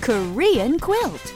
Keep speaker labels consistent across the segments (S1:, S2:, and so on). S1: Korean quilt.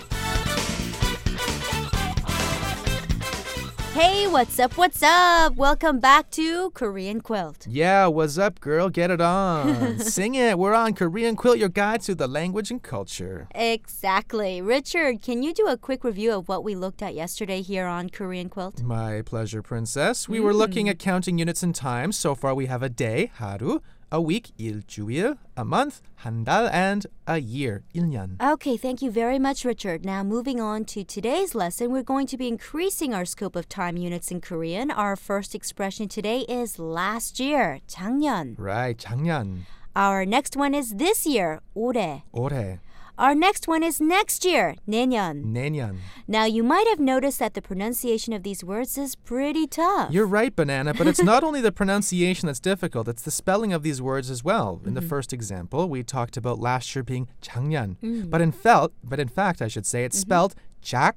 S1: Hey, what's up? What's up? Welcome back to Korean Quilt.
S2: Yeah, what's up, girl? Get it on. Sing it. We're on Korean Quilt, your guide to the language and culture.
S1: Exactly. Richard, can you do a quick review of what we looked at yesterday here on Korean Quilt?
S2: My pleasure, princess. We were looking at counting units in time. So far, we have a day, haru, a week, 일주일, a month, 한달, and a year, 1년.
S1: Okay, thank you very much, Richard. Now, moving on to today's lesson, we're going to be increasing our scope of time units in Korean. Our first expression today is last year, 작년.
S2: Right, 작년,
S1: Our next one is this year, 올해.
S2: 올해,
S1: Our next one is next year, 내년.
S2: 내년.
S1: Now, you might have noticed that the pronunciation of these words is pretty tough.
S2: You're right, Banana, but it's not only the pronunciation that's difficult, it's the spelling of these words as well. In the first example, we talked about last year being 작년, but in felt, but in fact, I should say it's spelled 작년.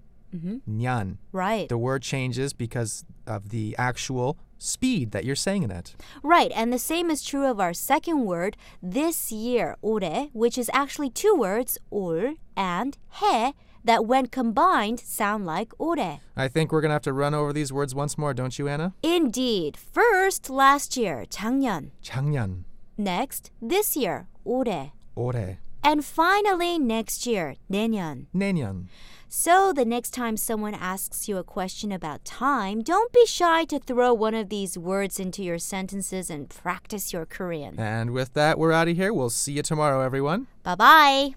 S1: right.
S2: The word changes because of the actual speed that you're saying in it.
S1: Right, and the same is true of our second word, this year, 올해, which is actually two words, 올 and 해, that when combined sound like 올해.
S2: I think we're going to have to run over these words once more, don't you, Anna?
S1: Indeed, first last year, 작년.
S2: 작년,
S1: Next, this year, 올해.
S2: 올해,
S1: And finally, next year, 내년.
S2: 내년.
S1: So, the next time someone asks you a question about time, don't be shy to throw one of these words into your sentences and practice your Korean.
S2: And with that, we're out of here. We'll see you tomorrow, everyone.
S1: Bye bye!